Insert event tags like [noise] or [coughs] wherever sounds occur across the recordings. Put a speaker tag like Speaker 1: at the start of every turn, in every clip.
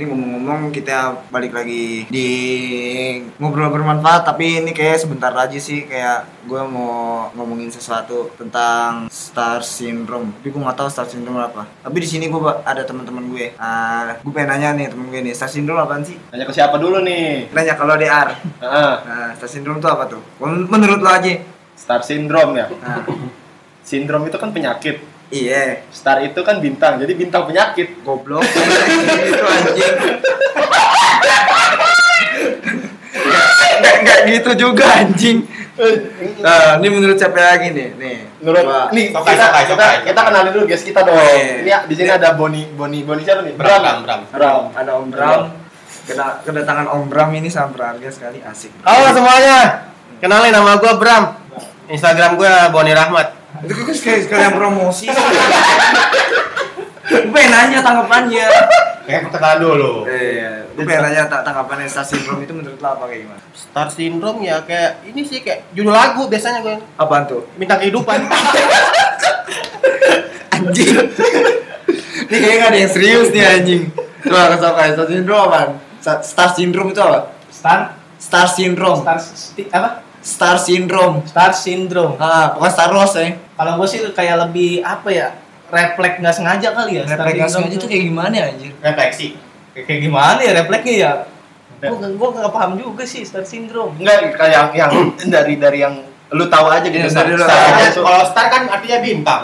Speaker 1: Ini ngomong-ngomong kita balik lagi di ngobrol bermanfaat tapi ini kayak sebentar aja sih kayak gue mau ngomongin sesuatu tentang star syndrome tapi gue nggak tahu star syndrome apa tapi di sini gue ba- ada teman-teman gue ah gue pengen nanya nih temen gue nih star syndrome apaan sih
Speaker 2: Tanya ke siapa dulu nih?
Speaker 1: nanya kalau DR
Speaker 2: Heeh.
Speaker 1: nah star syndrome tuh apa tuh Men- menurut lo aja
Speaker 2: Star syndrome ya.
Speaker 1: nah,
Speaker 2: Sindrom itu kan penyakit.
Speaker 1: iya
Speaker 2: Star itu kan bintang. Jadi bintang penyakit.
Speaker 1: goblok [laughs] itu anjing Nggak- nggak gitu juga anjing nah ini menurut siapa lagi nih nih
Speaker 2: Menurut
Speaker 1: Coba.
Speaker 2: nih
Speaker 3: Sokai,
Speaker 2: kita,
Speaker 3: sokai,
Speaker 2: kita,
Speaker 3: sokai.
Speaker 2: kita kenalin dulu guys kita dong.
Speaker 1: Iya.
Speaker 2: Ini ya, di sini ada Boni Boni Boni siapa nih?
Speaker 3: Bram, Bram, Bram.
Speaker 2: Bram.
Speaker 1: ada Om Bram Kena, kedatangan Om Bram ini sangat berharga sekali asik
Speaker 4: Halo semuanya, kenalin nama gue Bram. Instagram gue Boni Rahmat.
Speaker 1: itu kan sekali sekalian promosi gue pengen nanya tanggapannya
Speaker 3: Kayaknya kita kenalan dulu.
Speaker 1: iya gue pengen nanya ta- tanggapannya Star Syndrome itu menurut lo apa kayak gimana
Speaker 4: Star Syndrome ya kayak ini sih kayak judul lagu biasanya gue
Speaker 1: apaan tuh
Speaker 4: bintang kehidupan.
Speaker 1: anjing ini kayaknya gak ada yang serius nih anjing coba kasih tau kayak Star Syndrome apaan Sa- Star Syndrome itu apa
Speaker 5: Star
Speaker 1: Star Syndrome
Speaker 5: Oh, Star sti- apa?
Speaker 1: Star Syndrome
Speaker 5: Star syndrome.
Speaker 1: ah bukan Star Wars ya
Speaker 5: Kalau gue sih kayak lebih apa ya? Refleks nggak sengaja kali ya. Star
Speaker 1: Refleksi
Speaker 5: syndrome
Speaker 1: aja tuh kayak gimana ya anjir
Speaker 3: Refleksi.
Speaker 5: Kayak- kayak gimana ya refleksnya ya? Gue gue nggak paham juga sih Star syndrome.
Speaker 2: Enggak kayak yang,
Speaker 4: [clears throat]
Speaker 2: yang dari dari yang lu tahu aja gitu.
Speaker 1: Iya,
Speaker 2: Star,
Speaker 1: dari lu
Speaker 2: Star
Speaker 1: tahu.
Speaker 2: itu.
Speaker 3: Kalau star kan artinya bintang.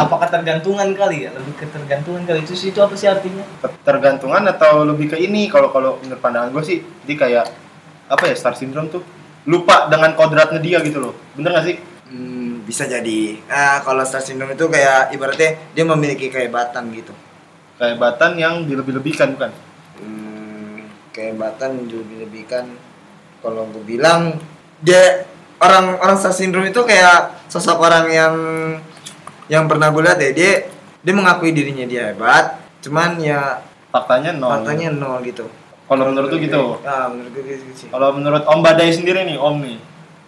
Speaker 5: apa ketergantungan kali ya? Lebih ketergantungan kali itu sih itu apa sih artinya?
Speaker 2: ketergantungan atau lebih ke ini kalau kalau menurut pandangan gue sih jadi kayak apa ya star syndrome tuh lupa dengan kodratnya dia gitu loh bener gak sih
Speaker 1: Hmm, bisa jadi. Nah, kalau star syndrome itu kayak ibaratnya dia memiliki kehebatan gitu.
Speaker 2: kehebatan yang dilebih-lebihkan bukan
Speaker 1: Hmm, kehebatan dilebih-lebihkan. Kalau gue bilang dia orang orang star syndrome itu kayak sosok orang yang yang pernah gue lihat ya dia dia mengakui dirinya dia hebat, cuman ya
Speaker 2: faktanya nol
Speaker 1: faktanya nol gitu.
Speaker 2: kalau menurut lu gitu
Speaker 1: Ah, menurut gue gitu sih.
Speaker 2: kalau menurut om badai sendiri nih om nih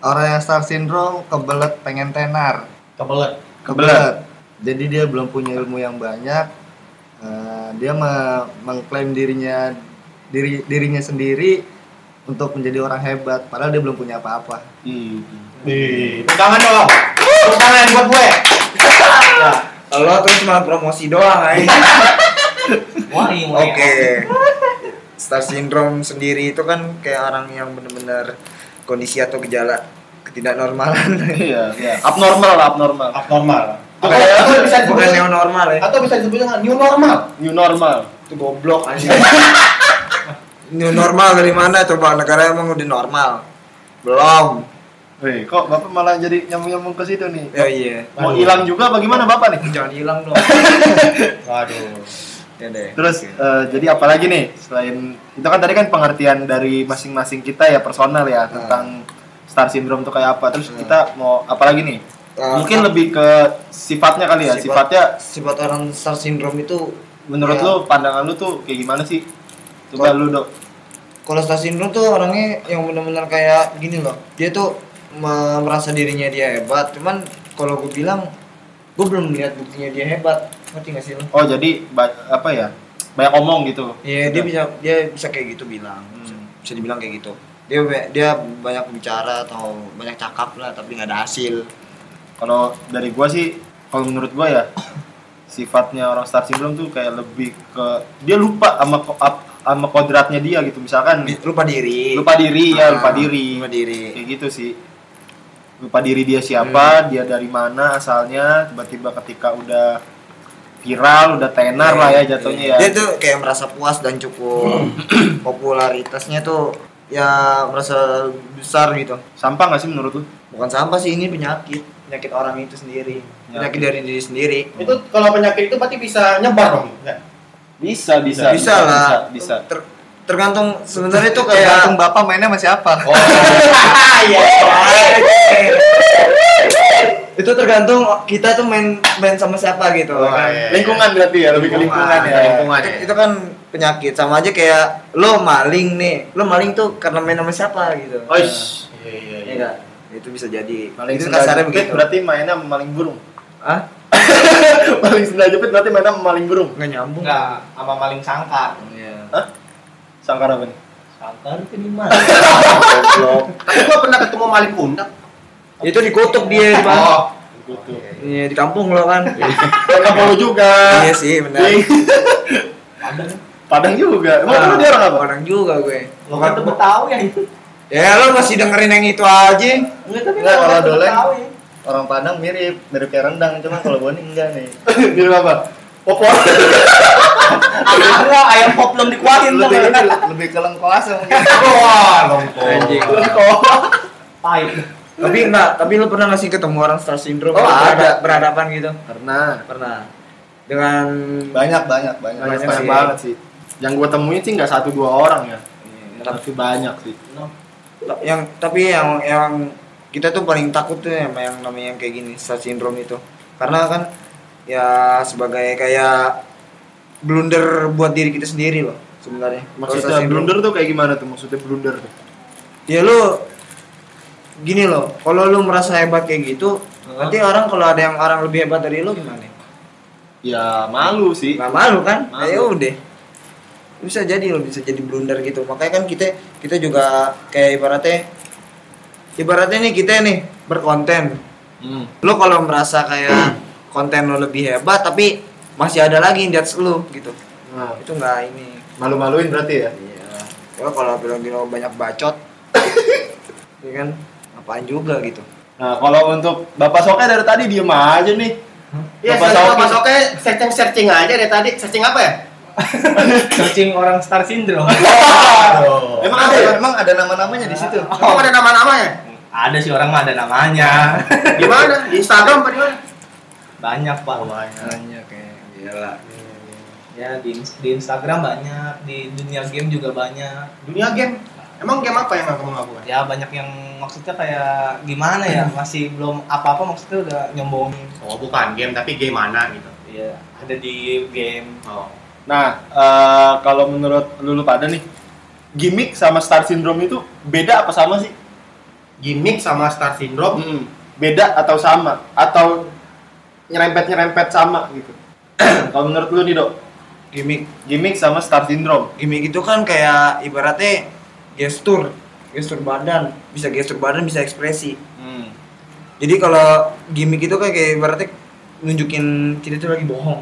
Speaker 6: Orang yang star syndrome kebelet pengen tenar.
Speaker 5: Kebelet.
Speaker 2: Kebelet.
Speaker 6: Jadi dia belum punya ilmu yang banyak. Eh, dia me- mengklaim dirinya diri dirinya sendiri untuk menjadi orang hebat padahal dia belum punya apa-apa.
Speaker 3: Di tangan dong. Tepuk tangan buat gue.
Speaker 1: Kalau tuh cuma promosi doang ay.
Speaker 5: Wah, iya.
Speaker 1: Oke. [laughs] Star syndrome sendiri itu kan kayak orang yang benar-benar kondisi atau gejala [laughs] ketidaknormalan.
Speaker 2: iya iya. abnormal lah abnormal
Speaker 3: Abnormal.
Speaker 2: Oke.
Speaker 3: Atau bisa
Speaker 1: Bukan
Speaker 3: disebut
Speaker 1: neonormal ya.
Speaker 3: atau bisa disebut dengan new normal.
Speaker 2: new normal
Speaker 1: Itu goblok [laughs] aja. New normal dari mana coba negara emang udah normal? Belum.
Speaker 2: Wih, kok bapak malah jadi nyambung-nyambung ke situ nih
Speaker 1: Ya iya.
Speaker 2: mau hilang juga apa gimana bapak nih
Speaker 1: Jangan hilang dong.
Speaker 3: Waduh.
Speaker 1: Ya deh.
Speaker 2: Terus eh, jadi apa lagi nih selain itu kan tadi kan pengertian dari masing-masing kita ya personal
Speaker 1: Ah.
Speaker 2: ya tentang star syndrome itu kayak apa. Terus kita mau apa lagi nih?
Speaker 1: Ah,
Speaker 2: Mungkin
Speaker 1: ah.
Speaker 2: lebih ke sifatnya kali ya.
Speaker 1: Sifat.
Speaker 2: Sifatnya
Speaker 1: Ah, sifat orang star syndrome itu
Speaker 2: menurut
Speaker 1: Ya.
Speaker 2: lu pandangan lu tuh kayak gimana sih? Coba
Speaker 1: Kalau-
Speaker 2: lu dok.
Speaker 1: kalau star syndrome tuh orangnya yang benar-benar kayak gini loh dia tuh me- merasa dirinya dia hebat cuman kalau gue bilang gue belum melihat buktinya dia hebat ngerti gak sih lo
Speaker 2: Oh jadi ba- apa ya? Banyak omong gitu. Hmm.
Speaker 1: Iya dia bisa dia bisa kayak gitu bilang bisa, bisa dibilang kayak gitu dia ba- dia banyak bicara atau banyak cakap lah tapi nggak ada hasil
Speaker 2: Kalau dari gua sih, kalau menurut gua ya sifatnya orang star syndrome tuh kayak lebih ke dia lupa sama ko- ap- sama kodratnya dia gitu misalkan
Speaker 1: Bi- lupa diri
Speaker 2: lupa diri ya
Speaker 1: Ah,
Speaker 2: lupa diri
Speaker 1: lupa diri
Speaker 2: kayak gitu sih lupa diri dia
Speaker 1: Hmm.
Speaker 2: siapa dia dari mana asalnya tiba-tiba ketika udah viral udah tenar lah ya
Speaker 1: Hmm. Iya.
Speaker 2: jatuhnya ya
Speaker 1: Dia tuh kayak merasa puas dan cukup
Speaker 2: [clears throat]
Speaker 1: popularitasnya tuh ya merasa besar gitu.
Speaker 2: sampah nggak sih menurut lu
Speaker 1: Bukan sampah sih ini penyakit, penyakit orang itu sendiri. Penyakit dari diri sendiri.
Speaker 3: Itu kalau penyakit itu berarti bisa nyebar dong. Ya.
Speaker 2: bisa bisa
Speaker 1: bisa, lah.
Speaker 2: bisa, bisa.
Speaker 1: Ter- tergantung sebenarnya
Speaker 6: [laughs]
Speaker 1: itu kayak
Speaker 6: Tergantung bapak mainnya masih apa.
Speaker 3: Oh, iya.
Speaker 1: itu tergantung kita tuh main main sama siapa gitu.
Speaker 3: Oh,
Speaker 1: kan.
Speaker 3: iya.
Speaker 2: lingkungan berarti ya lebih ke lingkungan ya
Speaker 3: Lingkungan
Speaker 1: Itu,
Speaker 3: ya.
Speaker 1: itu kan penyakit sama aja kayak lo maling nih. Lo maling tuh karena main sama siapa gitu.
Speaker 4: Oh,
Speaker 3: Oish. Iya, iya,
Speaker 1: Iya
Speaker 3: iya.
Speaker 1: enggak? Itu bisa jadi.
Speaker 2: maling
Speaker 1: itu
Speaker 2: sendal
Speaker 1: kasarnya
Speaker 2: jepit
Speaker 1: begitu.
Speaker 2: [laughs] berarti mainnya sama maling burung
Speaker 1: Hah?
Speaker 2: maling sendal jepit berarti mainnya sama maling burung.
Speaker 1: nggak nyambung
Speaker 5: Enggak, sama maling sangkar.
Speaker 1: Iya.
Speaker 2: Sangkar apa nih?
Speaker 5: Sangkar itu di
Speaker 1: [laughs]
Speaker 5: mana?
Speaker 4: Tapi gua pernah ketemu maling pundak.
Speaker 1: itu dikutuk dia di bawah.
Speaker 4: Oh,
Speaker 2: Gitu.
Speaker 1: Iya, di kampung lo kan
Speaker 2: Karena Polo juga.
Speaker 1: iya sih benar
Speaker 2: Di Padang juga. Emang
Speaker 1: Ah,
Speaker 2: lu dia orang apa?
Speaker 1: orang juga gue
Speaker 5: Lo kan udah Betawi ya itu.
Speaker 1: ya lo masih dengerin yang itu aja
Speaker 5: Enggak tapi
Speaker 6: Enggak,
Speaker 5: lo
Speaker 6: kalau
Speaker 5: kan
Speaker 6: doleng.
Speaker 5: Betawi.
Speaker 6: Orang Padang mirip, mirip kayak rendang, cuma kalau boni enggak nih.
Speaker 2: Di apa? Popor.
Speaker 5: Enggak, ayam pop belum dikuatin tuh.
Speaker 6: lebih lebih ke lengkoas mungkin.
Speaker 3: Wah, lompong.
Speaker 1: anjing
Speaker 2: [laughs]
Speaker 5: Pahit.
Speaker 1: tapi enggak tapi lo pernah ngasih ketemu orang star syndrome
Speaker 6: Oh,
Speaker 1: Berhadap-
Speaker 6: ada.
Speaker 1: berhadapan gitu
Speaker 2: Karena
Speaker 1: pernah dengan
Speaker 6: Banyak banyak banyak.
Speaker 2: banyak,
Speaker 1: Banyak
Speaker 2: banyak
Speaker 1: sih.
Speaker 2: banget sih. Yang gue temuin sih nggak satu dua orang ya. Tapi banyak sih.
Speaker 1: yang tapi yang yang kita tuh paling takut tuh sama yang namanya yang kayak gini star syndrome itu karena kan ya sebagai kayak blunder buat diri kita sendiri loh sebenarnya Kalau star
Speaker 2: Maksudnya
Speaker 1: syndrome-
Speaker 2: blunder tuh kayak gimana tuh? Maksudnya blunder tuh.
Speaker 1: ya lu gini loh kalau lu merasa hebat kayak gitu nanti orang kalau ada yang orang lebih hebat dari lu gimana
Speaker 2: Ya malu sih.
Speaker 1: nggak malu kan
Speaker 2: Malu.
Speaker 1: ya udah bisa jadi lo bisa jadi blunder gitu makanya kan kita kita juga kayak ibaratnya ibaratnya nih kita nih berkonten
Speaker 2: Hmm.
Speaker 1: lo kalau merasa kayak konten lo lebih hebat tapi masih ada lagi yang di atas lo gitu
Speaker 2: Nah,
Speaker 1: itu nggak ini
Speaker 2: malu-maluin berarti ya.
Speaker 1: iya lo kalau bilang lo banyak bacot ya kan apaan juga gitu
Speaker 2: Nah, kalau untuk Bapak Soke dari tadi diem aja nih.
Speaker 4: Iya,
Speaker 2: Bapak
Speaker 4: saya
Speaker 2: Soke.
Speaker 4: Bapak Soke searching searching aja deh tadi. Searching apa ya?
Speaker 5: Searching orang star syndrome.
Speaker 2: Emang
Speaker 6: Emang
Speaker 2: ada
Speaker 6: ada,
Speaker 2: ya?
Speaker 6: emang ada nama-namanya di situ.
Speaker 4: Emang ada nama-namanya?
Speaker 5: Ada sih orang mah ada namanya.
Speaker 4: Gimana? Di Instagram apa di mana?
Speaker 5: Banyak, Pak. Banyak.
Speaker 1: banyak kayak iyalah
Speaker 5: Ya di, di Instagram banyak, di dunia game juga banyak.
Speaker 4: Dunia game. Emang game apa yang kamu lakukan?
Speaker 5: Ya banyak yang maksudnya kayak gimana ya masih belum apa-apa maksudnya udah nyombongin.
Speaker 4: Oh, bukan game tapi game mana gitu.
Speaker 5: Iya ada di game.
Speaker 4: Oh.
Speaker 2: Nah, eh, kalau menurut Lulu pada nih, gimmick sama star syndrome itu beda apa sama sih?
Speaker 4: Gimmick sama Star Syndrome
Speaker 2: Hmm, Beda atau sama? Atau nyerempet-nyerempet sama gitu? [clears throat] kalau menurut lu nih, Dok,
Speaker 1: gimmick
Speaker 2: gimmick sama star syndrome.
Speaker 1: gimmick itu kan kayak ibaratnya gestur gestur badan bisa gestur badan bisa ekspresi jadi kalau gimmick itu kayak, kayak ibaratnya nunjukin kita tuh lagi bohong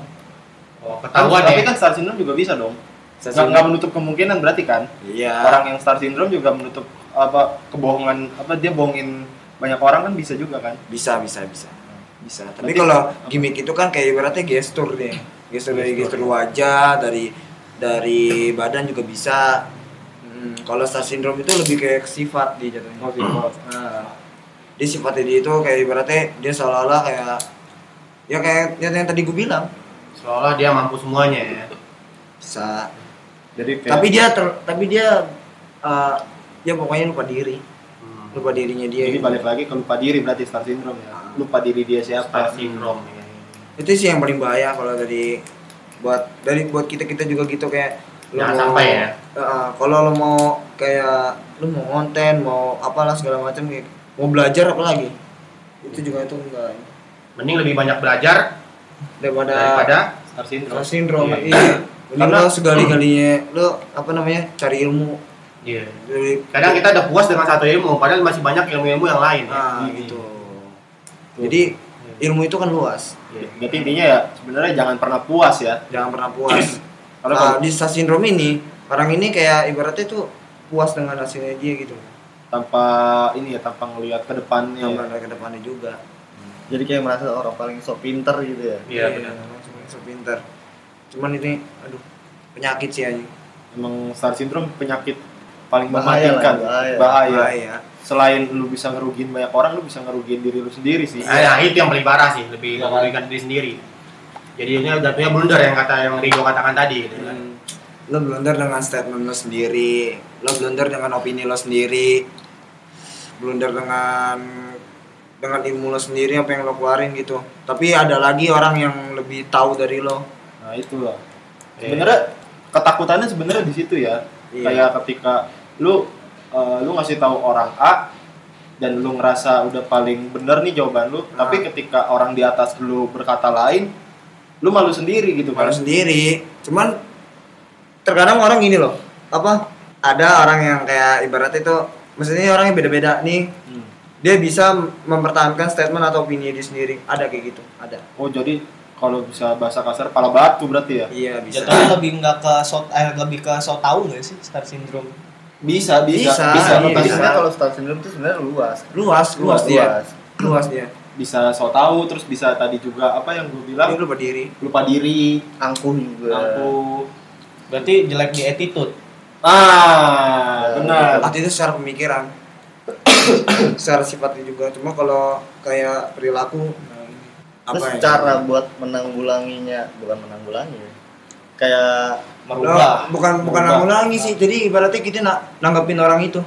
Speaker 4: oh,
Speaker 2: Tapi,
Speaker 4: ketahuan
Speaker 2: tapi
Speaker 4: ya.
Speaker 2: kan star syndrome juga bisa dong.
Speaker 1: Star
Speaker 2: Nggak,
Speaker 1: syndrome.
Speaker 2: nggak menutup kemungkinan berarti kan?
Speaker 1: iya
Speaker 2: Orang yang star syndrome juga menutup apa kebohongan apa dia bohongin banyak orang kan bisa juga kan?
Speaker 1: bisa bisa bisa bisa tapi
Speaker 2: Berarti-
Speaker 1: kalau gimmick itu kan kayak ibaratnya gestur deh gestur dari
Speaker 2: Gestur.
Speaker 1: gestur wajah dari dari badan juga bisa Hmm, kalau star syndrome itu lebih kayak sifat dia jatuhnya Nah, dia sifatnya dia itu kayak ibaratnya dia seolah-olah kayak ya kayak yang, yang tadi gue bilang
Speaker 4: Seolah dia mampu semuanya ya.
Speaker 1: bisa
Speaker 2: Jadi kayak
Speaker 1: tapi dia ter, tapi dia eh, dia pokoknya lupa diri
Speaker 4: Hmm.
Speaker 1: lupa dirinya dia
Speaker 2: Jadi balik lagi ke lupa diri berarti star syndrome ya.
Speaker 6: Ah.
Speaker 2: Lupa diri dia
Speaker 4: Star
Speaker 2: siapa.
Speaker 4: Syndrome ya.
Speaker 1: itu sih yang paling bahaya kalau dari buat dari buat kita kita juga gitu kayak lu
Speaker 4: Jangan
Speaker 1: mau-
Speaker 4: sampai ya.
Speaker 1: Heeh, kalau lo mau kayak lu mau konten mau apalah segala macam kayak mau belajar apa lagi itu
Speaker 4: Iya.
Speaker 1: juga itu enggak
Speaker 4: Mending lebih banyak belajar
Speaker 1: daripada,
Speaker 4: daripada
Speaker 2: Star syndrome.
Speaker 1: Down syndrome
Speaker 4: Iya.
Speaker 1: iya Mending
Speaker 2: Karena-
Speaker 1: lo segali-galinya [clears throat] lo apa namanya cari ilmu
Speaker 4: Iya.
Speaker 1: dari
Speaker 4: Kadang kita udah puas dengan satu ilmu, padahal masih banyak ilmu-ilmu yang lain. ya.
Speaker 1: ah,
Speaker 2: Iya.
Speaker 1: gitu
Speaker 2: Tuh.
Speaker 1: jadi ilmu itu kan luas
Speaker 4: Iya.
Speaker 2: Berarti intinya ya sebenarnya jangan pernah puas ya.
Speaker 1: jangan pernah puas
Speaker 2: Kalau
Speaker 1: Nah,
Speaker 2: kamu
Speaker 1: di Star syndrome ini orang ini kayak ibaratnya tuh puas dengan hasilnya dia gitu
Speaker 6: Ah.
Speaker 2: tanpa ini ya tanpa ngelihat ke depannya.
Speaker 1: yang
Speaker 2: ya.
Speaker 6: Iya.
Speaker 1: berada ke depannya juga
Speaker 6: Jadi kayak merasa orang paling sok pinter gitu ya.
Speaker 4: Iya, benar.
Speaker 1: langsung so pintar cuman ini aduh penyakit sih aja
Speaker 2: Emang star syndrome penyakit paling
Speaker 6: Bahaya lah,
Speaker 2: mematikan.
Speaker 6: bahaya.
Speaker 2: Bahaya.
Speaker 1: bahaya
Speaker 2: Selain lu bisa ngerugiin banyak orang, lu bisa ngerugiin diri lu sendiri sih.
Speaker 4: Nah, ya, itu yang paling parah sih, lebih merugikan diri sendiri. Jadinya jatuhnya blunder yang kata yang Rigo katakan tadi. Gitu,
Speaker 1: Hmm.
Speaker 4: kan.
Speaker 1: lo blunder dengan statement lo sendiri lo blunder dengan opini lo sendiri blunder dengan dengan ilmu lo sendiri apa yang lo keluarin gitu tapi ada lagi orang yang lebih tahu dari lo
Speaker 2: Nah, itulah.
Speaker 4: Iya.
Speaker 2: Sebenarnya ketakutannya sebenarnya di situ ya.
Speaker 1: Iya.
Speaker 2: Kayak ketika lu eh, lu ngasih tahu orang A dan lu ngerasa udah paling bener nih jawaban lu,
Speaker 1: Nah.
Speaker 2: tapi ketika orang di atas lu berkata lain, lu malu sendiri gitu kan.
Speaker 1: malu sendiri cuman terkadang orang gini loh apa ada orang yang kayak ibarat itu maksudnya orangnya beda-beda nih
Speaker 2: Hmm.
Speaker 1: dia bisa mempertahankan statement atau opini dia sendiri ada kayak gitu ada
Speaker 2: Oh, jadi kalau bisa bahasa kasar pala batu berarti ya?
Speaker 1: iya bisa
Speaker 5: Jatuhnya lebih nggak ke shot, eh, lebih ke shot tahu nggak sih star syndrome?
Speaker 2: Bisa, bisa,
Speaker 1: Bisa, iya,
Speaker 2: bisa, bisa,
Speaker 6: Tapi
Speaker 1: bisa. Iya.
Speaker 2: bisa,
Speaker 6: sebenarnya kalau star syndrome itu sebenarnya luas.
Speaker 1: luas luas dia luas dia
Speaker 2: so tau, terus bisa tadi juga apa yang gue bilang
Speaker 1: dia lupa diri
Speaker 2: lupa diri,
Speaker 6: Angkuh
Speaker 1: Iya.
Speaker 6: juga.
Speaker 2: aku
Speaker 5: Berarti jelek di attitude.
Speaker 1: Iya.
Speaker 2: ah benar
Speaker 1: Berarti itu secara
Speaker 2: [coughs]
Speaker 1: pemikiran secara sifatnya juga cuma kalau kayak perilaku
Speaker 6: Terus
Speaker 1: ya?
Speaker 6: cara buat menanggulanginya bukan menanggulangi ya. kayak
Speaker 1: Nah,
Speaker 5: Merubah.
Speaker 1: bukan bukan
Speaker 2: Berubah.
Speaker 1: ngulangi sih jadi ibaratnya kita nak nanggepin orang itu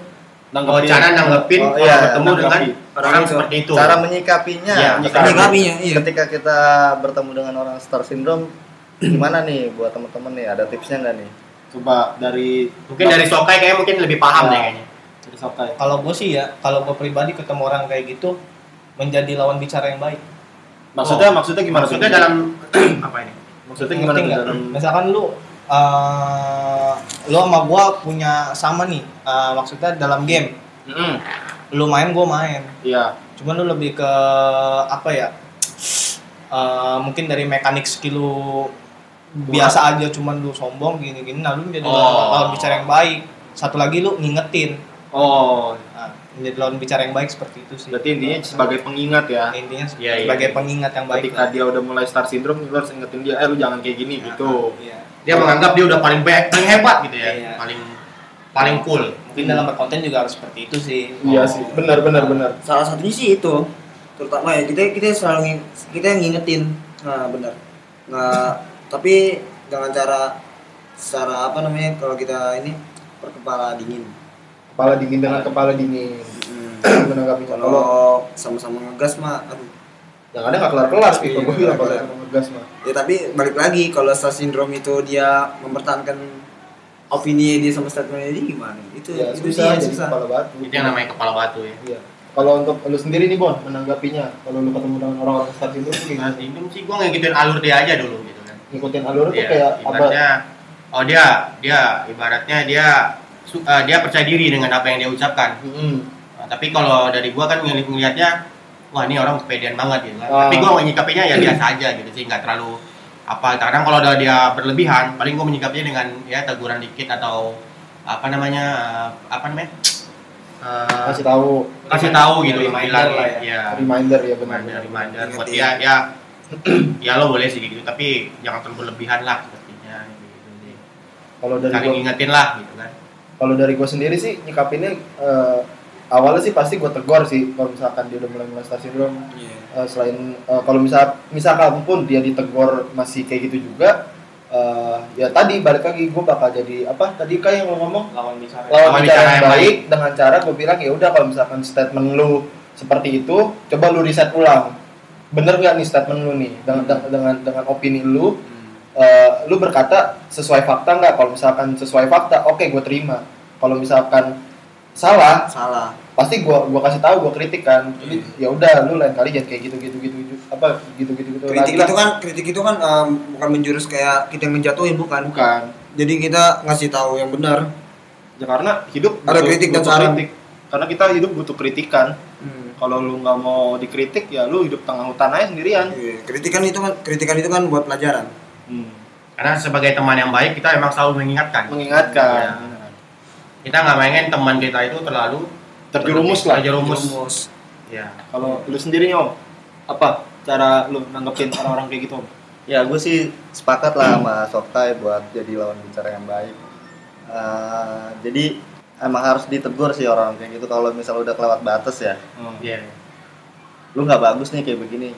Speaker 4: Oh, cara nanggepin
Speaker 6: Oh,
Speaker 4: kalau
Speaker 6: iya,
Speaker 4: bertemu dengan
Speaker 2: nanggepi.
Speaker 4: orang,
Speaker 1: Orang
Speaker 4: seperti itu.
Speaker 6: cara menyikapinya
Speaker 4: Iya,
Speaker 6: Misalnya
Speaker 1: menyikapinya iya
Speaker 6: ketika kita bertemu dengan orang star
Speaker 3: [clears throat]
Speaker 6: syndrome gimana nih buat temen-temen nih ada tipsnya nggak nih
Speaker 2: coba dari
Speaker 4: mungkin dari Sokai kayaknya mungkin lebih paham deh kayaknya.
Speaker 2: dari Sokai.
Speaker 5: Kalau gue sih ya, kalau gue pribadi ketemu orang kayak gitu menjadi lawan bicara yang baik.
Speaker 2: maksudnya Oh. maksudnya gimana
Speaker 4: Maksudnya
Speaker 2: tuh?
Speaker 4: dalam [clears throat] apa ini?
Speaker 2: maksudnya gimana
Speaker 5: Ngerti
Speaker 2: tuh
Speaker 5: nggak?
Speaker 2: dalam
Speaker 5: Misalkan lu eh lu sama gua punya sama nih, eh, maksudnya dalam game.
Speaker 2: Mm-mm.
Speaker 5: Lu main gua main.
Speaker 2: iya
Speaker 5: Cuman lu lebih ke apa ya? Eh, mungkin dari mekanik skill lu biasa aja cuman lu sombong gini-gini nah lu menjadi lawan,
Speaker 4: Oh.
Speaker 5: lawan bicara yang baik. Satu lagi lu ngingetin.
Speaker 2: oh
Speaker 5: Nah, menjadi lawan bicara yang baik seperti itu sih. Nah,
Speaker 2: berarti intinya sebagai pengingat ya
Speaker 5: intinya
Speaker 4: Iya, iya.
Speaker 5: sebagai pengingat yang baik.
Speaker 2: ketika
Speaker 5: lah.
Speaker 2: dia udah mulai star syndrome lu harus ingetin dia eh lu jangan kayak gini gitu
Speaker 5: Iya.
Speaker 4: Dia menganggap dia udah paling baik, paling hebat gitu ya,
Speaker 5: Iya.
Speaker 4: paling paling cool.
Speaker 5: Mungkin dalam berkonten juga harus seperti itu sih.
Speaker 2: Hmm. iya sih benar benar benar
Speaker 1: salah satunya sih itu terutama ya kita kita selalu ngin- kita ngingetin nah benar nah tapi dengan cara secara apa namanya kalau kita ini berkepala dingin
Speaker 3: Kepala dingin dengan kepala dingin
Speaker 2: Hmm.
Speaker 3: menanggapi kalau
Speaker 1: kalau sama-sama ngegas mah aduh
Speaker 3: yang ada nggak kelar kelar sih
Speaker 1: Iya,
Speaker 3: kalau gue bilang
Speaker 1: nggak
Speaker 3: kalau
Speaker 1: kelar.
Speaker 3: emang ngegas mah
Speaker 1: ya tapi balik lagi kalau star syndrome itu dia mempertahankan opini dia sama statementnya dia gimana itu
Speaker 3: ya
Speaker 1: itu
Speaker 3: susah
Speaker 1: dia
Speaker 3: jadi
Speaker 1: susah
Speaker 3: kepala batu
Speaker 4: Itu yang namanya kepala batu ya.
Speaker 3: Iya. Kalau untuk lu sendiri nih Bon, menanggapinya kalau lu ketemu dengan orang-orang star syndrome tuh
Speaker 2: Iya.
Speaker 4: Nah,
Speaker 3: kayak gimana?
Speaker 4: ini sih gua ngikutin alur dia aja dulu gitu kan.
Speaker 3: ngikutin alur tuh
Speaker 4: Iya,
Speaker 3: kayak apa?
Speaker 4: ibaratnya oh dia dia ibaratnya dia su- eh, dia percaya diri dengan apa yang dia ucapkan.
Speaker 3: Mm-mm.
Speaker 4: Nah, tapi kalau dari gua kan ngeliat ngelihatnya wah ini orang kepedean banget gitu kan.
Speaker 3: Ah.
Speaker 4: Tapi gua menyikapinya ya biasa aja gitu sih nggak terlalu apa kadang kalau udah dia berlebihan paling gua menyikapinya dengan ya teguran dikit atau apa namanya eh, apa namanya Eh,
Speaker 3: Kasih tahu
Speaker 4: kasih tahu gitu
Speaker 5: Reminder
Speaker 4: bilang
Speaker 5: lah
Speaker 4: ya,
Speaker 3: reminder ya benar.
Speaker 4: reminder reminder buat
Speaker 1: Ingetin.
Speaker 4: dia ya ya [clears throat] lo boleh sih gitu tapi jangan terlalu berlebihan lah sepertinya gitu sih.
Speaker 3: Kalau dari
Speaker 4: saling
Speaker 3: gua
Speaker 4: ingetin lah gitu kan
Speaker 3: kalau dari gue sendiri sih nyikapinnya eh, awalnya sih pasti gue tegur sih kalau misalkan dia udah mulai mulai star syndrome
Speaker 1: Iya.
Speaker 3: Eh, selain eh, kalau misal misalkan pun dia ditegur masih kayak gitu juga eh, ya tadi balik lagi gue bakal jadi apa tadi kayak yang lo ngomong
Speaker 5: Lawan bicara.
Speaker 3: lawan
Speaker 4: Lawan
Speaker 3: bicara yang
Speaker 4: bicara yang
Speaker 3: baik dengan cara gue bilang ya udah kalau misalkan statement lu seperti itu coba lu riset ulang bener nggak nih statement lu nih dengan dengan dengan opini lu eh, lu berkata sesuai fakta nggak kalau misalkan sesuai fakta oke gue terima kalau misalkan salah
Speaker 1: salah
Speaker 3: pasti gue gua kasih tahu gue kritik kan Jadi, ya
Speaker 1: Iya.
Speaker 3: udah lu lain kali jangan kayak gitu gitu gitu gitu, apa gitu gitu gitu
Speaker 1: kritik
Speaker 3: lagi lah.
Speaker 1: itu kan kritik itu kan em, bukan menjurus kayak kita ngejatuhin bukan
Speaker 2: bukan
Speaker 1: jadi kita ngasih tahu yang benar
Speaker 2: ya karena hidup
Speaker 1: Ada kritik dan saran.
Speaker 2: karena kita hidup butuh kritikan
Speaker 5: Hmm.
Speaker 2: kalau lu nggak mau dikritik ya lu hidup tengah hutan aja sendirian
Speaker 1: Iya, kritikan itu kan kritikan itu kan buat pelajaran
Speaker 2: Hmm.
Speaker 4: karena sebagai teman yang baik kita emang selalu mengingatkan Iya.
Speaker 2: mengingatkan
Speaker 4: kita nggak pengen teman kita itu terlalu
Speaker 2: terjerumus lah
Speaker 4: terjerumus
Speaker 1: Rumus.
Speaker 4: ya
Speaker 2: Kalau lu sendiri nih, Om, apa cara lu
Speaker 1: [coughs]
Speaker 2: nanggepin orang-orang kayak gitu om?
Speaker 6: ya gue sih sepakat lah sama Softai buat jadi lawan bicara yang baik Eh, jadi emang harus ditegur sih orang kayak gitu kalau misalnya udah kelewat batas ya
Speaker 2: Hmm.
Speaker 4: Iya.
Speaker 6: lu nggak bagus nih kayak begini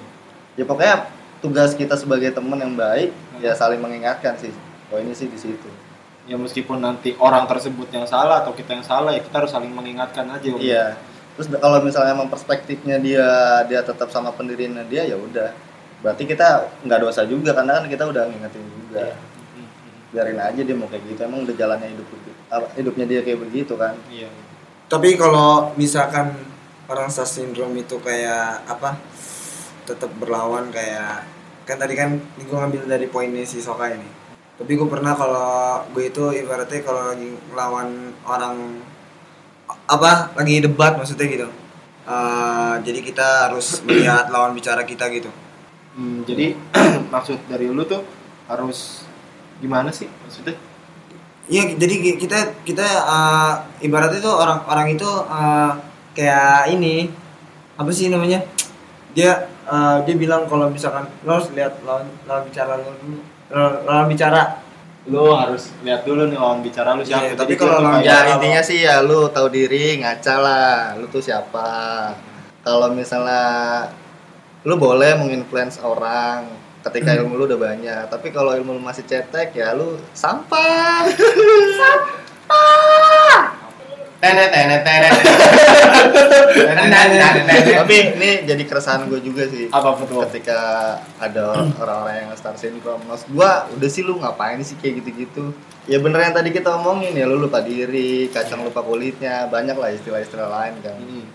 Speaker 6: ya pokoknya tugas kita sebagai temen yang baik ya saling mengingatkan sih poinnya sih di situ
Speaker 2: Ya meskipun nanti orang tersebut yang salah atau kita yang salah ya kita harus saling mengingatkan aja. Om.
Speaker 6: Iya. Terus da- kalau misalnya emang perspektifnya dia dia tetap sama pendiriannya dia ya udah. Berarti kita nggak dosa juga karena kan kita udah ngingetin juga.
Speaker 2: Iya. Hmm,
Speaker 6: Biarin aja dia mau kayak gitu. Emang udah jalannya hidup hidup- apa, hidupnya dia kayak begitu kan.
Speaker 2: Iya.
Speaker 1: tapi kalau misalkan orang star syndrome itu kayak apa tetap berlawan kayak kan tadi kan gue ngambil dari poinnya si Soka ini tapi gue pernah kalau gue itu ibaratnya kalau lagi ngelawan orang apa lagi debat maksudnya gitu Eh, jadi kita harus melihat lawan bicara kita gitu
Speaker 2: Hmm, jadi [clears throat] maksud dari lu tuh harus gimana sih maksudnya?
Speaker 1: Iya, jadi kita kita eh, ibaratnya tuh orang-orang itu eh, kayak ini apa sih namanya? Dia eh, dia bilang kalau misalkan lo harus lihat lawan lawan bicara lo dulu. Lawan- lawan bicara.
Speaker 2: Lu harus lihat dulu nih lawan bicara lu
Speaker 1: Iya,
Speaker 2: siapa. Jadi
Speaker 1: tapi
Speaker 2: dia
Speaker 1: kalau
Speaker 2: tuh
Speaker 1: lawan
Speaker 2: kayak-
Speaker 1: bicara-
Speaker 6: ya intinya sih ya lu tahu diri ngaca lah lu tuh siapa kalau misalnya lu boleh menginfluence orang ketika ilmu lu udah banyak tapi kalau ilmu lu masih cetek ya lu sampah
Speaker 4: Tenet tenet tenet. Tenet tenet tenet.
Speaker 6: Nah, tapi ini jadi keresahan gue juga sih
Speaker 2: apa betul?
Speaker 6: ketika ada
Speaker 2: Hmm.
Speaker 6: orang-orang yang star syndrome maksud gua udah sih lu ngapain sih kayak gitu-gitu ya bener yang tadi kita omongin ya lu lupa diri kacang lupa kulitnya banyak lah istilah-istilah lain kan
Speaker 2: Hmm.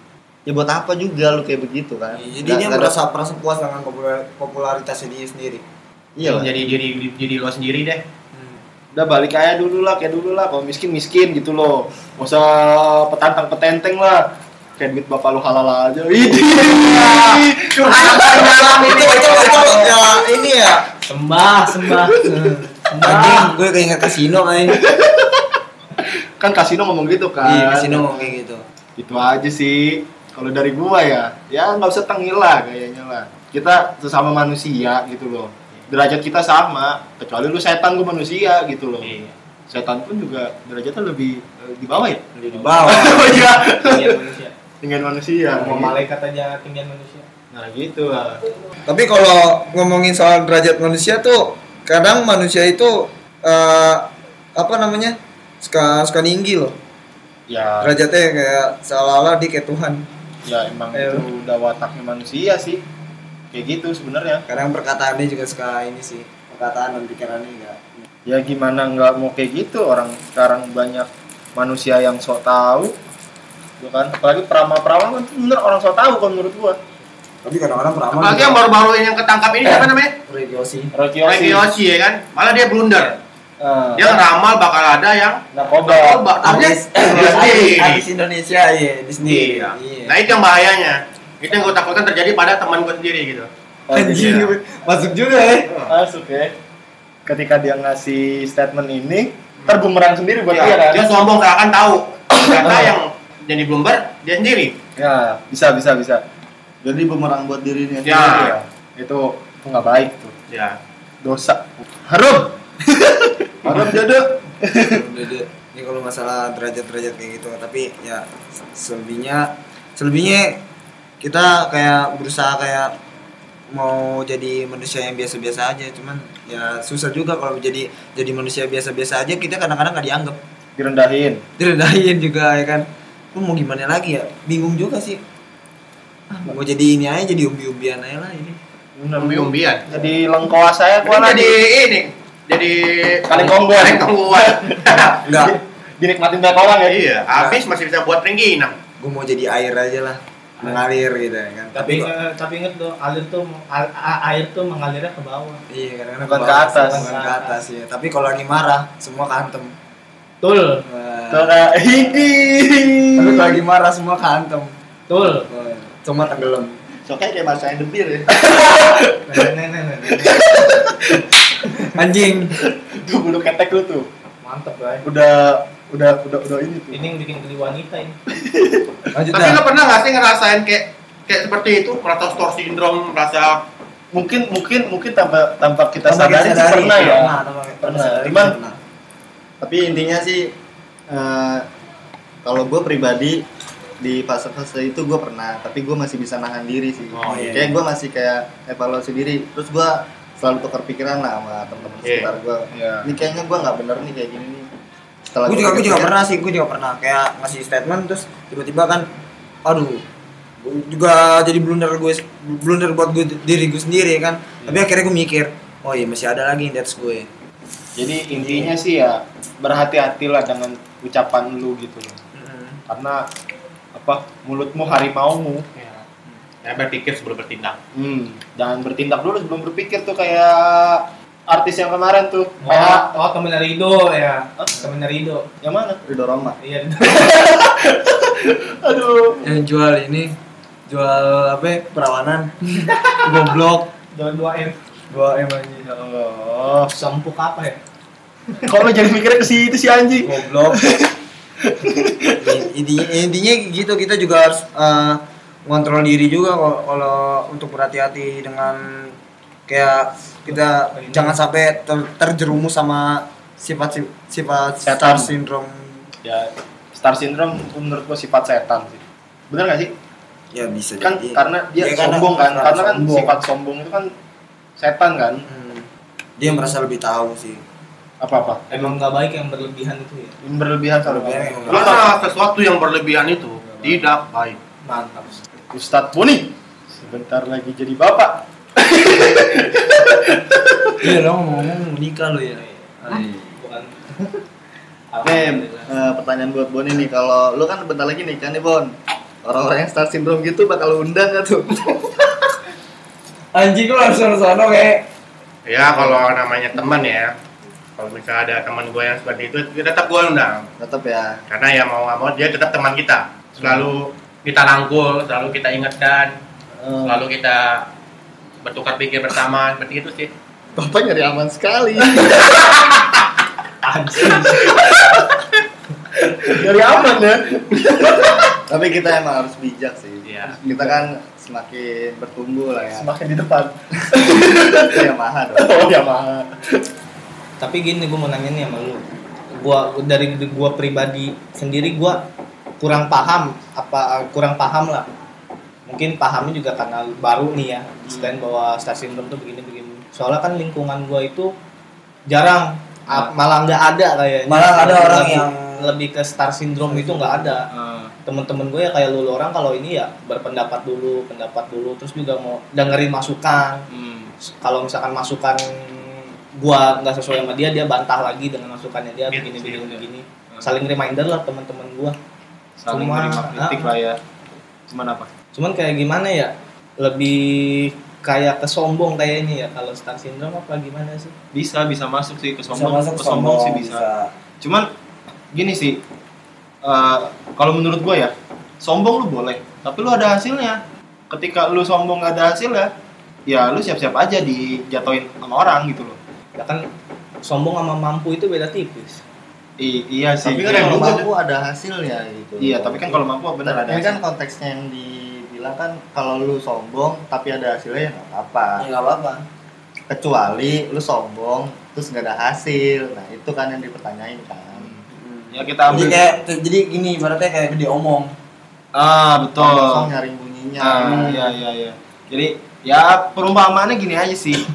Speaker 6: ya buat apa juga lu kayak begitu kan
Speaker 2: Iya,
Speaker 1: Jadi
Speaker 6: Nggak-
Speaker 1: dia
Speaker 6: nggak ada-
Speaker 1: merasa merasa puas dengan popular- popularitasnya dia sendiri.
Speaker 6: iya lah.
Speaker 4: Jadi diri jadi lo sendiri deh.
Speaker 2: Udah balik aja dulu lah, kayak dulu lah. Kalau miskin miskin gitu loh. Gak usah petantang petenteng lah. Kayak duit bapak lu halal aja. Ini
Speaker 1: itu itu itu ya, ini ya.
Speaker 5: Sembah,
Speaker 2: [laughs]
Speaker 5: sembah.
Speaker 1: Anjing, gue keinget kasino kayaknya.
Speaker 2: [laughs] kan kasino ngomong gitu kan.
Speaker 1: Iya, kasino ngomong kayak gitu.
Speaker 2: Itu aja sih. Kalau dari gua ya, ya nggak usah tengil lah kayaknya lah. Kita sesama manusia gitu loh. Derajat kita sama, kecuali lu setan gua manusia gitu loh.
Speaker 4: Iya.
Speaker 2: Setan pun juga derajatnya lebih eh, di bawah ya.
Speaker 1: Di bawah.
Speaker 2: Oh iya,
Speaker 5: Tinggian manusia.
Speaker 2: dengan manusia.
Speaker 5: Mau malaikat aja tinggian manusia.
Speaker 2: Nah gitu lah.
Speaker 7: Tapi kalau ngomongin soal derajat manusia tuh kadang manusia itu eh, apa namanya suka suka ninggi loh
Speaker 2: Ya,
Speaker 7: derajatnya kayak seolah-olah dia kayak Tuhan.
Speaker 2: ya emang
Speaker 7: Eh.
Speaker 2: itu udah wataknya manusia sih. Kayak gitu sebenarnya.
Speaker 1: Kadang perkataannya juga suka ini sih. Perkataan dan pikirannya enggak.
Speaker 2: Ya gimana nggak mau kayak gitu orang sekarang banyak manusia yang sok tahu. Tuh kan, apalagi perama-perama kan tuh bener orang sok tahu kalau menurut gua.
Speaker 1: Tapi kadang-kadang peramal.
Speaker 4: Apalagi yang baru-baru ini yang ketangkap ini siapa namanya?
Speaker 1: Religiosi.
Speaker 2: Rocky
Speaker 4: Roy Kiyoshi ya kan? Malah dia blunder. Dia ngeramal bakal ada yang
Speaker 2: narkoba.
Speaker 4: narkoba. Tapi
Speaker 1: Abis,
Speaker 4: dia
Speaker 1: abis, abis
Speaker 4: sendiri.
Speaker 1: Indonesia ya di sini.
Speaker 4: Iya. Nah itu yang bahayanya. Itu yang gue takutkan terjadi pada teman gue sendiri gitu.
Speaker 1: Anjing,
Speaker 7: Iya.
Speaker 1: masuk juga ya.
Speaker 2: Masuk ya. Ketika dia ngasih statement ini, ntar bumerang sendiri buat dia
Speaker 4: Iya,
Speaker 2: kan.
Speaker 4: Hmm. dia sombong gak akan tahu. Karena yang jadi blumber dia sendiri.
Speaker 2: Ya, bisa bisa bisa.
Speaker 6: jadi bumerang buat dirinya
Speaker 4: Ya,
Speaker 2: Itu itu nggak baik tuh.
Speaker 4: ya.
Speaker 2: dosa harum [laughs] harum jodoh
Speaker 1: Ini kalau masalah derajat-derajat kayak gitu, tapi ya selebihnya selebihnya kita kayak berusaha kayak mau jadi manusia yang biasa-biasa aja, cuman ya susah juga kalau jadi jadi manusia biasa-biasa aja kita kadang-kadang nggak dianggap, [laughs]
Speaker 2: direndahin
Speaker 1: direndahin juga ya kan. Lu mau gimana lagi ya? Bingung juga sih. Ah, mau jadi ini aja jadi umbi-umbian aja lah ini.
Speaker 4: Umbi-umbian.
Speaker 2: jadi lengkoas saya gua
Speaker 4: Jadi
Speaker 2: lagi
Speaker 4: ini. Jadi
Speaker 2: Kaleng kongguan.
Speaker 4: Kaleng [laughs] kongguan.
Speaker 1: Enggak,
Speaker 2: dinikmatin banyak orang ya
Speaker 4: Iya, habis masih bisa buat rengginang.
Speaker 1: gue mau jadi air aja lah mengalir gitu ya kan
Speaker 5: Tapi
Speaker 1: kok-
Speaker 5: eh, tapi inget tuh alir tuh al- a- air tuh mengalirnya ke bawah.
Speaker 1: iya kadang-kadang
Speaker 2: Bukan ke
Speaker 1: bawah,
Speaker 2: atas.
Speaker 1: bukan ke atas ya tapi kalau lagi marah semua kantem
Speaker 5: Tul,
Speaker 1: Wah.
Speaker 2: Tora ini
Speaker 1: tapi kalau lagi marah semua kantem
Speaker 5: tul.
Speaker 1: Wah, cuma tenggelam
Speaker 2: Soknya kayak masain debir ya
Speaker 5: Nenek-nenek.
Speaker 1: anjing
Speaker 2: Tuh bulu ketek lu tuh
Speaker 5: Mantep guys.
Speaker 2: Udah Udah udah udah ini tuh
Speaker 5: Ini yang bikin geli wanita ini.
Speaker 1: lanjut
Speaker 4: Tapi
Speaker 1: dah
Speaker 4: lo pernah gak sih ngerasain kayak kayak seperti itu merasa store syndrome merasa
Speaker 2: Mungkin mungkin mungkin tanpa tanpa kita
Speaker 1: Tanpa kita
Speaker 2: sadari sih
Speaker 1: sadari,
Speaker 2: pernah
Speaker 4: iya.
Speaker 2: ya
Speaker 1: pernah, tanpa kita
Speaker 2: Pernah.
Speaker 1: sadari,
Speaker 2: Cuman,
Speaker 1: pernah.
Speaker 6: tapi intinya sih eh, kalau gue pribadi di fase-fase itu gue pernah tapi gue masih bisa nahan diri sih
Speaker 4: Oh, iya.
Speaker 6: kayak gue masih kayak evaluasi diri terus gue selalu tukar pikiran lah sama temen-temen
Speaker 4: Iya.
Speaker 6: sekitar gue
Speaker 2: Iya.
Speaker 6: ini kayaknya gue nggak bener nih kayak gini nih setelah
Speaker 1: gue juga gue juga
Speaker 6: pikir-pikir,
Speaker 1: pernah sih gue juga pernah kayak ngasih statement terus tiba-tiba kan aduh gue juga jadi blunder gue blunder buat gue diri gue sendiri kan tapi
Speaker 2: Iya.
Speaker 1: akhirnya gue mikir oh iya masih ada lagi that's gue
Speaker 2: Jadi intinya sih ya Berhati-hatilah dengan ucapan lu gitu loh Karena apa mulutmu harimaumu
Speaker 4: Ya. Ya, berpikir sebelum bertindak.
Speaker 2: Hmm, dan bertindak dulu sebelum berpikir tuh kayak artis yang kemarin tuh. PH.
Speaker 5: Oh, oh temennya Rido ya. Temennya Rido.
Speaker 2: yang mana?
Speaker 6: Ridho Roma.
Speaker 5: Iya, [laughs]
Speaker 2: Aduh.
Speaker 8: yang jual ini jual apa ya,
Speaker 2: [laughs]
Speaker 8: perawanan goblok
Speaker 5: jangan 2 M.
Speaker 8: gua emang ini, ya Allah
Speaker 5: Sempuk apa ya?
Speaker 2: Kok lo jadi mikirnya ke situ sih anjing?
Speaker 8: goblok intinya intinya gitu kita juga harus eh, ngontrol diri juga kalau- kalau untuk berhati-hati dengan kayak kita
Speaker 5: Ini.
Speaker 8: jangan sampai ter- terjerumus sama sifat sif- sifat
Speaker 2: Setan.
Speaker 8: star syndrome
Speaker 2: Ya, Star Syndrome itu menurut gua sifat setan sih. Bener gak sih?
Speaker 1: ya bisa
Speaker 2: Kan
Speaker 1: jadi
Speaker 2: karena dia
Speaker 1: Iya, karena-
Speaker 2: sombong kan,
Speaker 1: karena
Speaker 2: karena kan
Speaker 1: sombong.
Speaker 2: sifat sombong itu kan setan kan.
Speaker 1: Hmm. dia merasa lebih tahu sih
Speaker 2: Apa-apa?
Speaker 5: Emang nggak baik yang berlebihan itu ya.
Speaker 2: Yang berlebihan kalau
Speaker 1: Berlebihan yang
Speaker 2: Lo tau
Speaker 4: Karena sesuatu yang berlebihan itu tidak baik.
Speaker 5: Mantap.
Speaker 2: Ustadz Boni sebentar lagi jadi bapak.
Speaker 8: iya lo ngomong-ngomong nikah lo ya
Speaker 5: Bukan.
Speaker 6: Nih,
Speaker 5: Alhamdulillah.
Speaker 6: eh, pertanyaan buat Bon ini kalau lu kan bentar lagi nikah nih Bon. Orang-orang yang star syndrome gitu bakal lu undang gak tuh? [laughs]
Speaker 8: anjing lo harus sono kayak
Speaker 4: Ya kalau namanya teman ya, kalau misalnya ada teman gue yang seperti itu, ya tetap gue undang.
Speaker 6: Tetap ya.
Speaker 4: Karena ya mau nggak mau dia tetap teman kita. Selalu kita rangkul, selalu kita ingatkan, selalu kita bertukar pikir bersama seperti itu sih.
Speaker 6: Bapak nyari aman sekali.
Speaker 2: Dari aman ya.
Speaker 6: Tapi kita emang harus bijak sih.
Speaker 4: Iya.
Speaker 6: Kita kan semakin bertumbuh lah ya.
Speaker 2: Semakin di
Speaker 6: [laughs]
Speaker 2: depan.
Speaker 6: Kita yang mahal dong.
Speaker 2: Oh ya mah.
Speaker 5: Tapi gini gue mau nanya nih sama lu. Gua dari gua pribadi sendiri gua kurang paham apa kurang paham lah. Mungkin pahamnya juga karena baru nih ya.
Speaker 8: Hmm.
Speaker 5: Selain bahwa star syndrome tuh begini-begini. Soalnya kan lingkungan gua itu jarang a- malah nggak ada kayaknya.
Speaker 8: Hmm. Malah ada orang
Speaker 5: Lebih-
Speaker 8: yang- Hmm.
Speaker 5: lebih ke star syndrome itu nggak ada. temen-temen gue ya kayak lu lu orang kalau ini ya berpendapat dulu pendapat dulu terus juga mau dengerin masukan kalau misalkan masukan gua nggak sesuai sama dia dia bantah lagi dengan masukannya dia
Speaker 4: Iya,
Speaker 5: begini
Speaker 4: sih,
Speaker 5: begini
Speaker 4: bener.
Speaker 5: begini saling reminder lah teman-teman gua
Speaker 2: Saling
Speaker 5: Cuma-
Speaker 2: menerima kritik lah ya. Cuman apa?
Speaker 5: cuman kayak gimana ya lebih kayak kesombong kayaknya ya kalau star syndrome apa gimana sih
Speaker 2: bisa bisa masuk sih ke
Speaker 1: bisa
Speaker 2: sombong
Speaker 1: masuk
Speaker 2: ke sombong sih
Speaker 1: sombong,
Speaker 2: bisa. cuman gini sih eh, kalau menurut gue ya sombong lu boleh tapi lu ada hasilnya ketika lu sombong gak ada hasil ya ya lu siap-siap aja dijatuhin sama orang gitu loh
Speaker 5: ya kan sombong sama mampu itu beda tipis
Speaker 2: I- iya sih
Speaker 6: Tapi kan
Speaker 2: Iya,
Speaker 6: kalau
Speaker 2: iya.
Speaker 6: mampu ada hasilnya gitu.
Speaker 2: iya tapi kan kalau mampu bener ada
Speaker 6: ini kan
Speaker 2: hasil.
Speaker 6: konteksnya yang dibilang kan kalau lu sombong tapi ada hasilnya ya nggak apa-apa.
Speaker 1: ya
Speaker 5: Iya.
Speaker 1: nggak apa-apa
Speaker 6: Kecuali lu sombong terus nggak ada hasil. Nah itu kan yang dipertanyain kan.
Speaker 2: ya kita ambil
Speaker 1: jadi kayak jadi gini ibaratnya kayak gede omong
Speaker 2: ah
Speaker 6: Sombong
Speaker 2: betul
Speaker 6: nyaring bunyinya. Nah,
Speaker 2: Ah,
Speaker 6: ya,
Speaker 2: iya iya iya. Jadi ya perumpamaannya gini aja sih.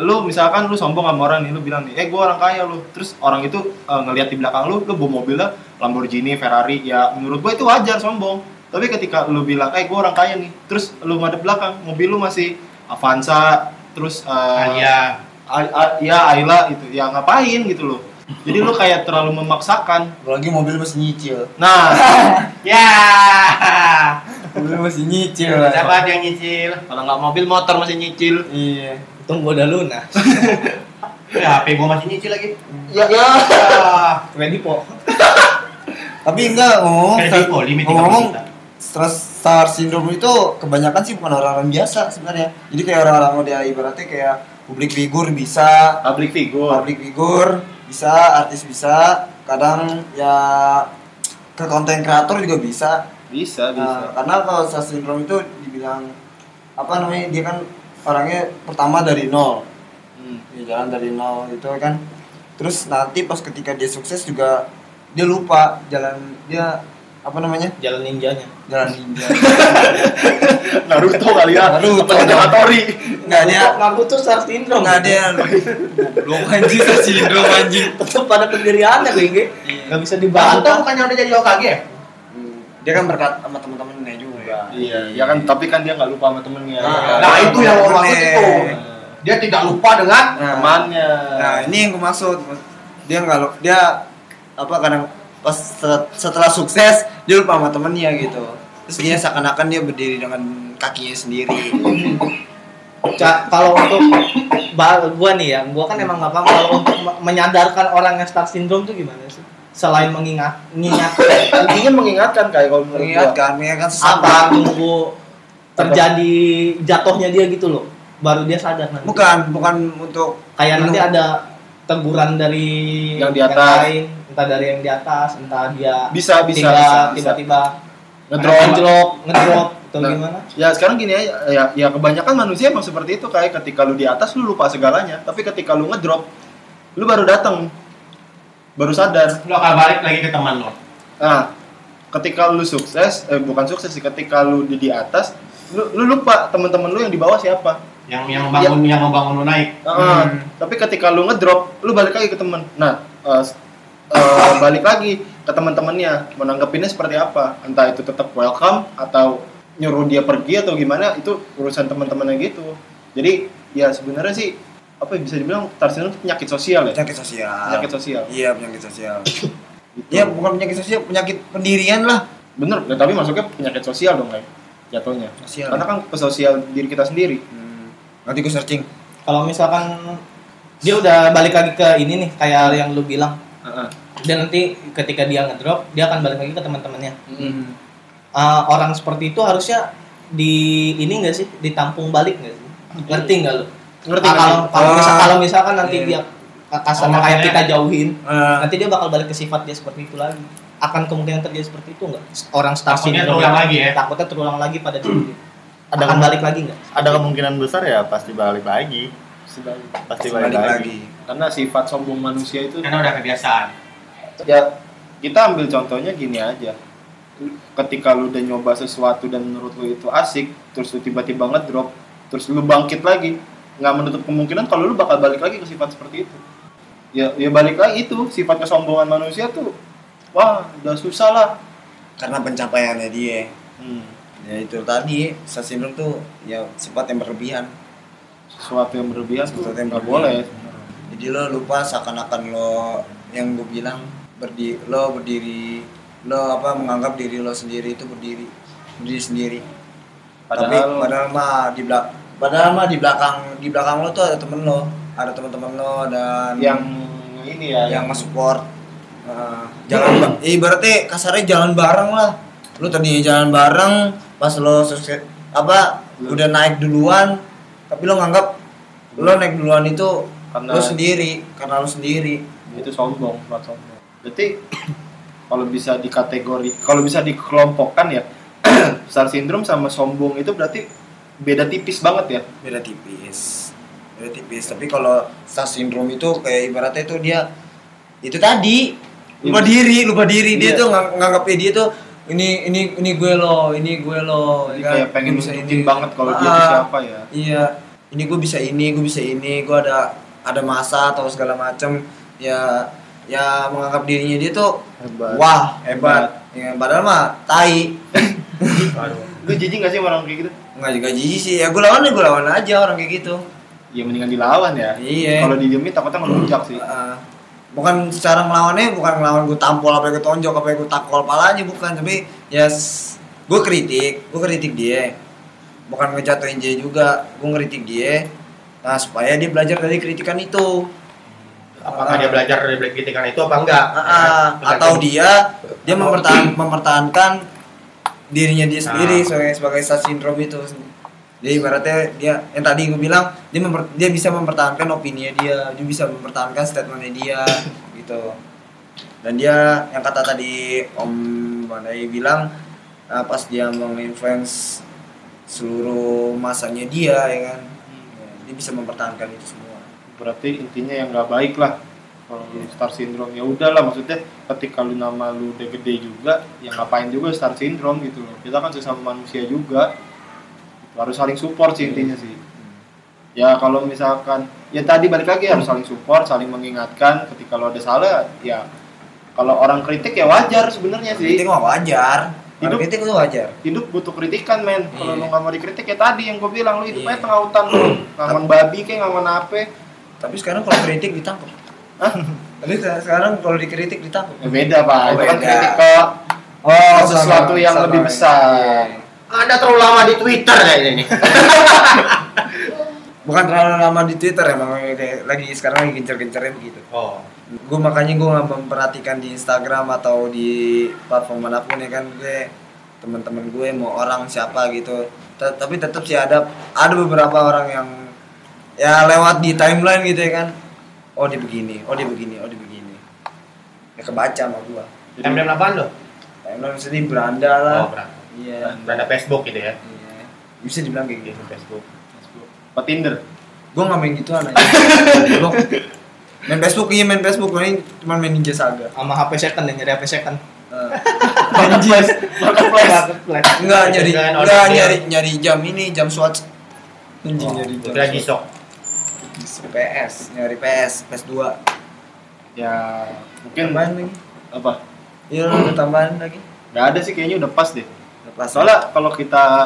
Speaker 2: Lu misalkan lu sombong sama orang nih, lu bilang nih, "Eh, gua orang kaya lu." Terus orang itu eh, ngelihat di belakang lu, lu bawa mobilnya Lamborghini, Ferrari, ya menurut gua itu wajar sombong. Tapi ketika lu bilang, "Eh, gua orang kaya nih." Terus lu ngadep belakang, mobil lu masih Avanza, terus eh,
Speaker 4: Alia,
Speaker 2: A- A- ya Ayla itu. Ya ngapain gitu loh. Jadi lu kayak terlalu memaksakan.
Speaker 1: apalagi mobil masih nyicil
Speaker 2: Nah,
Speaker 4: [laughs] ya
Speaker 1: mobil masih
Speaker 8: Iya,
Speaker 1: nyicil
Speaker 4: siapa ada yang nyicil?
Speaker 2: kalau nggak mobil motor masih nyicil.
Speaker 1: iya
Speaker 5: untung gua udah lunas
Speaker 4: Ya, HP gue masih nyicil lagi.
Speaker 2: Ya, ya.
Speaker 5: kredipo
Speaker 1: tapi enggak ngomong
Speaker 4: Kredipo limit tiga
Speaker 1: ngomong
Speaker 4: juta.
Speaker 1: stress star syndrome itu kebanyakan sih bukan orang-orang biasa sebenarnya jadi kayak orang-orang udah ibaratnya kayak publik figur bisa
Speaker 2: Public figure.
Speaker 1: public figure bisa artis bisa kadang ya ke konten kreator juga bisa
Speaker 2: Bisa, bisa.
Speaker 1: Nah, karena kalau star syndrome itu dibilang apa namanya dia kan orangnya pertama dari nol
Speaker 2: Hmm.
Speaker 1: dia jalan dari nol gitu kan terus nanti pas ketika dia sukses juga dia lupa jalan dia apa namanya
Speaker 5: jalan ninjanya
Speaker 1: jalan ninja
Speaker 2: Naruto kali ya.
Speaker 1: [laughs] Naruto.
Speaker 2: Apa Ninja Hattori?
Speaker 1: nggak dia
Speaker 5: Naruto star syndrome
Speaker 1: nggak [laughs] dia goblok anjing [laughs] star syndrome anjing
Speaker 5: tetap pada pendiriannya gue
Speaker 1: Iya.
Speaker 5: nggak bisa dibantah
Speaker 4: bukannya udah jadi OKG ya?
Speaker 1: Hmm, dia kan berkat sama teman-temannya juga
Speaker 2: Iya, ya kan tapi kan dia nggak lupa sama temennya. Kan?
Speaker 1: Nah,
Speaker 4: Nah, itu yang gue maksud itu.
Speaker 2: Nah,
Speaker 4: Dia tidak lupa dengan
Speaker 1: nah,
Speaker 2: temannya.
Speaker 1: nah ini yang gue maksud dia nggak lo- dia apa kadang pas setelah, setelah sukses dia lupa sama temennya gitu terus dia seakan-akan dia berdiri dengan kakinya sendiri
Speaker 5: Ca- kalau untuk ba- gua nih ya, gua kan emang nggak paham kalau untuk me- menyadarkan orang yang star syndrome tuh gimana sih? Selain mengingat, mengingat
Speaker 2: intinya mengingatkan kayak kalau menurut gua
Speaker 1: mengingatkan mengingatkan
Speaker 5: Iya. apa
Speaker 1: sesama
Speaker 5: nunggu terjadi jatuhnya dia gitu loh, baru dia sadar nanti.
Speaker 1: bukan bukan untuk
Speaker 5: Kayak nanti
Speaker 1: menunggu.
Speaker 5: ada teguran dari
Speaker 2: Yang di atas.
Speaker 5: lain, entah dari yang di atas, entah dia
Speaker 2: bisa bisa
Speaker 5: tiba-
Speaker 2: bisa, bisa.
Speaker 5: tiba-tiba Nah,
Speaker 2: Ngedrop.
Speaker 5: ngedrop, ngedrop atau
Speaker 2: Nah.
Speaker 5: gimana?
Speaker 2: ya sekarang gini ya, ya ya kebanyakan manusia emang seperti itu kayak ketika lu di atas lu lupa segalanya tapi ketika lu ngedrop lu baru datang baru sadar
Speaker 6: Lu akan balik lagi ke teman lo.
Speaker 2: Nah, ketika lu sukses, eh bukan sukses sih, ketika lu di, di atas, lu, lu lupa teman-teman lu yang di bawah siapa.
Speaker 6: Yang yang bangun yang membangun lo naik.
Speaker 2: Heeh. Tapi ketika lu ngedrop, lu balik lagi ke temen. Nah, eh, s- eh, balik lagi ke teman-temannya, menanggapinnya seperti apa? Entah itu tetap welcome atau nyuruh dia pergi atau gimana, itu urusan teman-temannya gitu. Jadi, ya sebenarnya sih apa yang bisa dibilang tarsinan penyakit sosial ya?
Speaker 1: penyakit sosial
Speaker 2: Penyakit sosial.
Speaker 1: iya penyakit sosial
Speaker 2: Gitu.
Speaker 1: ya bukan penyakit sosial penyakit pendirian lah
Speaker 2: Bener, ya, tapi masuknya penyakit sosial dong, ya. Jatuhnya.
Speaker 1: sosial
Speaker 2: Karena kan ke sosial diri kita sendiri.
Speaker 1: hmm. nanti gue searching
Speaker 5: kalau misalkan dia udah balik lagi ke ini nih kayak yang lu bilang dan nanti ketika dia ngedrop dia akan balik lagi ke teman-temannya Ah, orang seperti itu harusnya di ini enggak sih ditampung balik nggak sih ngerti nggak lu
Speaker 2: Ngerti
Speaker 5: Ah,
Speaker 2: nggak
Speaker 5: kalau kalau
Speaker 1: Ah.
Speaker 5: misal- kalau misalkan nanti
Speaker 1: Iya.
Speaker 5: dia kasarnya
Speaker 6: Oh,
Speaker 5: kayak
Speaker 6: makanya.
Speaker 5: kita jauhin
Speaker 1: Eh,
Speaker 5: nanti dia bakal balik ke sifat dia seperti itu lagi akan kemungkinan terjadi seperti itu nggak orang star
Speaker 6: Takutnya
Speaker 5: syndrome
Speaker 6: terulang lagi ya.
Speaker 5: takutnya terulang lagi pada diri dia akan balik lagi nggak
Speaker 9: ada kemungkinan besar ya pasti balik lagi
Speaker 2: Sedang-
Speaker 9: pasti balik,
Speaker 1: balik
Speaker 9: lagi.
Speaker 1: lagi
Speaker 2: Karena sifat sombong manusia itu
Speaker 6: Karena udah kebiasaan.
Speaker 2: ya kita ambil contohnya gini aja. Ketika lu udah nyoba sesuatu dan menurut lu itu asik, terus lu tiba-tiba ngedrop, terus lu bangkit lagi, nggak menutup kemungkinan kalau lu bakal balik lagi ke sifat seperti itu. Ya, ya balik lagi itu sifat kesombongan manusia tuh, wah udah susah lah.
Speaker 1: karena pencapaiannya dia
Speaker 2: Hmm,
Speaker 1: ya itu tadi star syndrome tuh ya sifat yang berlebihan
Speaker 2: sesuatu yang berlebihan tuh
Speaker 1: Sesuatu yang
Speaker 2: nggak boleh.
Speaker 1: berlebihan. jadi lo lupa seakan-akan lo yang gue bilang berdi lo berdiri lo apa menganggap diri lo sendiri itu berdiri berdiri sendiri tapi
Speaker 2: Padahal
Speaker 1: padahal mah di belak padahal mah di belakang di belakang lo tuh ada temen lo ada teman-teman lo dan
Speaker 2: yang ini ya
Speaker 1: yang mensupport uh, jalan ba- ibaratnya kasarnya jalan bareng lah lu tadi jalan bareng pas lo sukses apa
Speaker 2: Lu-
Speaker 1: udah naik duluan tapi lo nganggap lo naik duluan itu
Speaker 2: Karena- Gitu.
Speaker 1: lo sendiri karena lo sendiri
Speaker 2: itu sombong buat sombong berarti kalau bisa dikategori kalau bisa dikelompokkan ya [clears throat] star syndrome sama sombong itu berarti beda tipis banget ya
Speaker 1: beda tipis beda tipis tapi kalau star syndrome itu kayak ibaratnya itu dia itu tadi lupa
Speaker 2: Iya.
Speaker 1: diri lupa diri dia
Speaker 2: Iya.
Speaker 1: tuh ngang- nganggapnya dia tuh ini ini ini gue lo ini gue lo
Speaker 2: jadi
Speaker 1: ya kan?
Speaker 2: kayak pengen
Speaker 1: Gue bisa
Speaker 2: nunjukin
Speaker 1: ini.
Speaker 2: banget kalau dia tuh
Speaker 1: Ah.
Speaker 2: siapa ya
Speaker 1: iya ini gue bisa ini gue bisa ini gue ada ada masa atau segala macem ya ya menganggap dirinya dia tuh
Speaker 9: Hebat.
Speaker 1: wah hebat, Ya, padahal mah tai
Speaker 2: lu jijik gak sih sama orang kayak gitu
Speaker 1: nggak juga jijik sih ya gue lawan ya gue lawan aja orang kayak gitu
Speaker 2: ya mendingan dilawan ya
Speaker 1: iya
Speaker 2: kalau didiemin takutnya ngelunjak sih
Speaker 1: Heeh. bukan secara ngelawannya bukan ngelawan gue tampol apa yang gue tonjok apa yang gue takol palanya bukan tapi ya s- gue kritik gue kritik dia bukan ngejatuhin dia juga gue ngeritik dia nah supaya dia belajar dari kritikan itu
Speaker 6: Apakah dia belajar dari black kritikan itu apa enggak?
Speaker 1: Ah, ah. atau dia dia mempertahan- mempertahankan dirinya dia sendiri
Speaker 6: Nah.
Speaker 1: sebagai sebagai star syndrome itu jadi ibaratnya dia yang tadi gue bilang dia memper- dia bisa mempertahankan opininya dia dia bisa mempertahankan statementnya dia gitu dan dia yang kata tadi Om Bandai bilang ah, pas dia menginfluence seluruh masanya dia ya kan Ya, dia bisa mempertahankan itu semua
Speaker 2: berarti intinya yang nggak baik lah kalau lu star syndrome ya udahlah maksudnya ketika lu nama lu udah gede juga ya ngapain juga star syndrome gitu loh kita kan sesama manusia juga harus saling support sih intinya sih
Speaker 1: Iya.
Speaker 2: ya kalau misalkan ya tadi balik lagi harus saling support saling mengingatkan ketika lo ada salah ya kalau orang kritik ya wajar sebenarnya
Speaker 1: kritik
Speaker 2: sih
Speaker 1: mah wajar Kalau
Speaker 2: Hidup-
Speaker 1: kritik itu wajar
Speaker 2: hidup butuh kritikan men kalau lu nggak mau dikritik ya tadi yang gue bilang lu hidupnya
Speaker 1: Iya.
Speaker 2: tengah hutan lu ngaman babi kayak ngaman apa
Speaker 1: tapi sekarang kalau kritik ditangkap
Speaker 2: Hah?
Speaker 1: Tapi se- sekarang kalau dikritik ditakut.
Speaker 3: Ya, beda pak
Speaker 1: Oh,
Speaker 3: itu kan
Speaker 1: beda.
Speaker 3: kritik ke
Speaker 1: Oh, Iya.
Speaker 3: sesuatu yang lebih besar
Speaker 4: Anda terlalu lama di Twitter kayaknya ini.
Speaker 1: Bukan terlalu lama di Twitter ya, Bang. Kayak Lagi sekarang lagi gencer-gencerin gitu.
Speaker 4: Oh.
Speaker 1: gue makanya gue nggak memperhatikan di Instagram atau di platform manapun ya kan gue teman-teman gue mau orang siapa gitu Te- tapi tetap sih ada ada beberapa orang yang ya lewat di timeline gitu ya kan oh dia begini oh dia begini oh dia begini ya kebaca sama gue
Speaker 4: Timeline apaan lo?
Speaker 1: timeline bisa di beranda lah
Speaker 4: Oh, beranda.
Speaker 1: iya
Speaker 4: Beranda Facebook gitu ya.
Speaker 1: iya. bisa dibilang kayak gitu
Speaker 4: Gitu Facebook.
Speaker 2: Apa Tinder?
Speaker 1: gue nggak main
Speaker 4: [laughs]
Speaker 1: gituan aja Goblok. main Facebook iya main Facebook gue ini cuma main Ninja Saga
Speaker 5: sama HP second dan nyari HP second
Speaker 4: [laughs]
Speaker 1: Eh.
Speaker 5: marketplace
Speaker 1: Enggak nyari,
Speaker 4: Dengan
Speaker 1: enggak
Speaker 4: orangnya.
Speaker 1: nyari nyari jam ini jam swatch. Anjing
Speaker 4: ya. Oh,
Speaker 1: nyari jam.
Speaker 4: Udah jisok.
Speaker 1: swatch. PS, nyari PS, PS2.
Speaker 2: Ya mungkin
Speaker 1: Tambahan lagi.
Speaker 2: apa?
Speaker 1: Iya,
Speaker 2: [clears throat]
Speaker 1: ada tambahan lagi.
Speaker 2: Gak ada sih kayaknya udah pas deh.
Speaker 1: Lepas.
Speaker 2: Soalnya kalau kita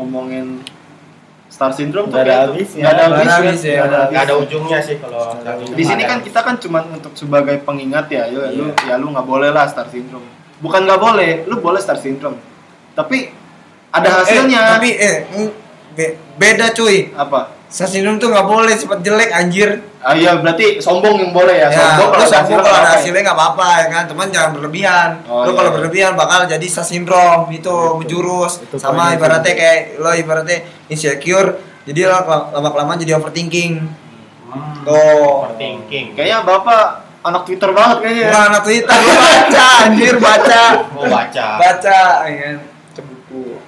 Speaker 2: ngomongin Star Syndrome tuh
Speaker 6: Nggak ada
Speaker 2: kayak-
Speaker 6: habisnya.
Speaker 2: nggak ada
Speaker 1: Nggak ada
Speaker 2: habisnya.
Speaker 1: habis ya.
Speaker 2: Nggak ada
Speaker 4: Gak ada
Speaker 2: habisnya.
Speaker 4: ujungnya sih kalau
Speaker 2: Di sini kan kita kan cuma untuk sebagai pengingat ya, ya lu ya
Speaker 1: Iya.
Speaker 2: lu nggak boleh lah Star Syndrome. Bukan nggak boleh, lu boleh Star Syndrome. Tapi ada hasilnya.
Speaker 1: Eh, tapi eh mm, be- beda cuy.
Speaker 2: apa?
Speaker 1: Sasinum tuh nggak boleh sifat jelek anjir.
Speaker 2: Ah iya berarti sombong yang boleh ya.
Speaker 1: Ya, lu sombong kalau ada
Speaker 2: apa ya?
Speaker 1: hasilnya nggak apa-apa ya kan, teman jangan berlebihan.
Speaker 2: Oh,
Speaker 1: lu
Speaker 2: iya,
Speaker 1: kalau
Speaker 2: iya.
Speaker 1: berlebihan bakal jadi sasindrom itu menjurus.
Speaker 6: Itu
Speaker 1: Sama
Speaker 6: poinnya
Speaker 1: ibaratnya
Speaker 6: sih.
Speaker 1: kayak lo ibaratnya insecure, jadi lo lama kelamaan jadi overthinking.
Speaker 4: Hmm. Oh.
Speaker 1: Tuh.
Speaker 4: overthinking.
Speaker 2: Kayaknya bapak anak Twitter banget kayaknya. ya.
Speaker 1: Bukan anak Twitter, lu baca anjir baca.
Speaker 4: mau baca.
Speaker 1: Baca ya kan. Baca buku.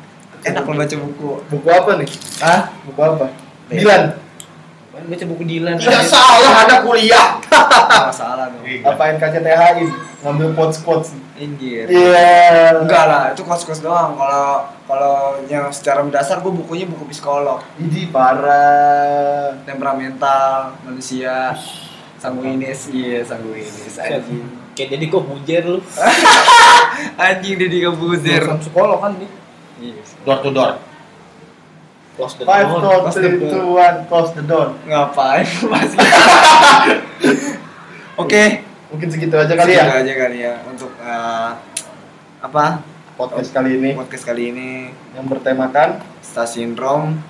Speaker 1: Enak lo baca buku.
Speaker 3: buku apa nih
Speaker 1: Hah?
Speaker 3: buku apa Dilan
Speaker 5: baca buku Dilan
Speaker 4: Tidak salah Anda kuliah.
Speaker 1: Nggak salah dong.
Speaker 6: Iya.
Speaker 3: apain KCTHI ngambil quotes quotes
Speaker 1: Anjir.
Speaker 3: iya
Speaker 1: Enggak lah, itu kos-kos doang. Kalau kalau yang secara mendasar gue bukunya buku psikolog,
Speaker 3: ini parah
Speaker 1: temperamental, manusia, sanguinis, iya sanguinis. Anjing.
Speaker 5: kayak jadi kok bujer lu
Speaker 1: Anjing Deddy Kebuzer.
Speaker 3: Jurusan psikolog kan nih
Speaker 1: Iya.
Speaker 4: Door to door.
Speaker 5: close the
Speaker 3: five
Speaker 5: door
Speaker 3: four
Speaker 1: close the
Speaker 3: three
Speaker 1: door.
Speaker 3: two one close the door
Speaker 1: Ngapain masih? Oke,
Speaker 3: mungkin segitu aja
Speaker 1: segitu
Speaker 3: kali ya
Speaker 1: aja kali ya untuk eh, apa
Speaker 3: podcast kali ini
Speaker 1: podcast kali ini
Speaker 3: yang bertemakan
Speaker 1: Star Syndrome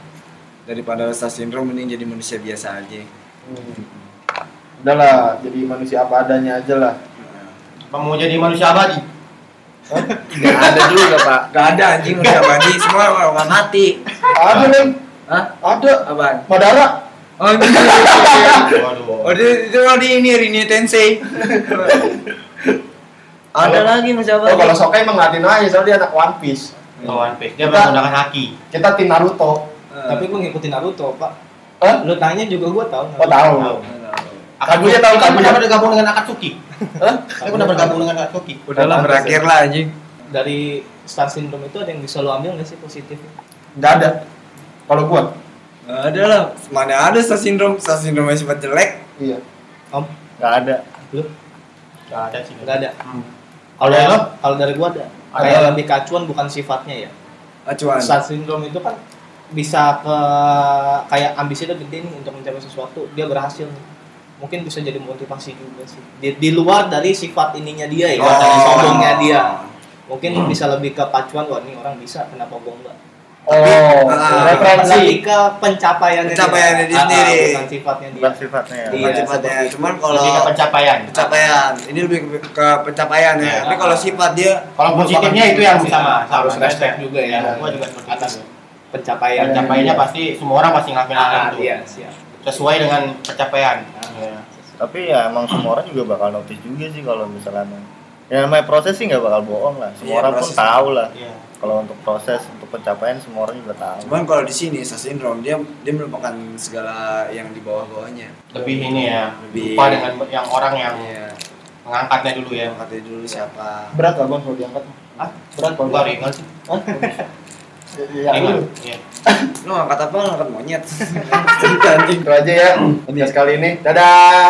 Speaker 1: daripada Star Syndrome mending jadi manusia biasa aja.
Speaker 3: udahlah jadi manusia apa adanya aja lah
Speaker 4: Apa mau jadi manusia abadi?
Speaker 6: Nggak ada juga pak
Speaker 1: Gak ada anjing manusia abadi, semua orang orang mati.
Speaker 3: ada nih
Speaker 1: Hah?
Speaker 3: ada
Speaker 1: Apaan?
Speaker 3: Madara
Speaker 1: Oh, ini.
Speaker 4: Waduh.
Speaker 1: oh dia- itu kalau di ini Rini Tensei. [laughs] ada lagi
Speaker 3: oh
Speaker 1: manusia
Speaker 3: kalau
Speaker 1: abadi.
Speaker 3: Sokai emang ngatin aja soalnya dia anak One Piece
Speaker 4: Lawan Face. Dia menggunakan haki.
Speaker 3: kita tim Naruto
Speaker 1: Ah.
Speaker 5: tapi gua ngikutin Naruto pak
Speaker 3: Hah?
Speaker 5: lu tanya juga gua tahu
Speaker 3: oh tahu Kaguya tahu
Speaker 4: Kan
Speaker 3: Kaguya
Speaker 4: pernah bergabung dengan Akatsuki. Saya pernah bergabung dengan Akatsuki.
Speaker 1: Udahlah berakhir lah anjing.
Speaker 5: dari star syndrome itu ada yang bisa lu ambil nggak sih positifnya
Speaker 3: nggak ada kalau gua
Speaker 1: Gak Ah, ada lah. Mana ada Star Syndrome? Star Syndrome yang sifat jelek.
Speaker 3: iya
Speaker 6: nggak ada
Speaker 5: lu
Speaker 4: Enggak ada sih.
Speaker 5: nggak ada
Speaker 4: Hmm.
Speaker 5: kalau
Speaker 4: Ada lo?
Speaker 5: kalau dari gua ada
Speaker 3: Ada.
Speaker 5: kayak lebih kacuan bukan sifatnya ya
Speaker 1: Acuan.
Speaker 5: star syndrome itu kan bisa ke kayak ambisi dia gede nih untuk mencapai sesuatu dia berhasil nih mungkin bisa jadi motivasi juga sih di, di luar dari sifat ininya dia
Speaker 1: Oh.
Speaker 5: ya
Speaker 3: Oh.
Speaker 5: dari sombongnya dia mungkin bisa lebih ke pacuan wah ini orang bisa kenapa gua enggak
Speaker 3: oh
Speaker 1: Ah.
Speaker 5: lebih
Speaker 3: referensi
Speaker 5: ke pencapaiannya
Speaker 1: Pencapaiannya dia
Speaker 5: Ah, ah,
Speaker 1: sendiri.
Speaker 5: bukan sifatnya dia
Speaker 6: bukan sifatnya ya
Speaker 5: Iya,
Speaker 1: Bukan sifatnya.
Speaker 5: seperti-
Speaker 1: Cuman kalau
Speaker 4: Lebih ke pencapaian.
Speaker 1: pencapaian ini lebih ke, ke pencapaian ya.
Speaker 4: Ya.
Speaker 1: Tapi kalau sifat dia
Speaker 4: Kalau positifnya itu yang sama,
Speaker 5: harus
Speaker 4: sama.
Speaker 5: respect juga ya,
Speaker 4: Ya, gua juga seperti
Speaker 5: atas
Speaker 4: itu.
Speaker 5: pencapaian
Speaker 4: Pencapaiannya pasti semua orang pasti ngelakuin hal
Speaker 5: Ah,
Speaker 4: itu.
Speaker 5: iya, Ah. siap.
Speaker 4: Sesuai dengan pencapaian. Iya.
Speaker 6: tapi ya emang semua orang juga bakal notice juga sih kalau misalnya ya namanya proses sih nggak bakal bohong lah semua
Speaker 1: Iya,
Speaker 6: orang pun
Speaker 1: proses.
Speaker 6: tahu lah
Speaker 4: Iya.
Speaker 6: kalau untuk proses untuk pencapaian semua orang juga tahu
Speaker 1: cuman kalau di sini Star Syndrome dia dia melupakan segala yang di bawah-bawahnya.
Speaker 4: Lebih ini ya,
Speaker 1: Lebih-
Speaker 4: lupa dengan yang orang yang
Speaker 1: Iya.
Speaker 4: mengangkatnya dulu ya.
Speaker 1: Katanya dulu siapa?
Speaker 3: berat lah bang kalau diangkat
Speaker 4: Hah?
Speaker 3: berat kalau
Speaker 4: Gua ringan sih.
Speaker 3: ya, lu.
Speaker 4: Ringan. Iya.
Speaker 1: Lu angkat apa? Angkat monyet. Kan.
Speaker 3: itu aja ya podcast kali ini dadah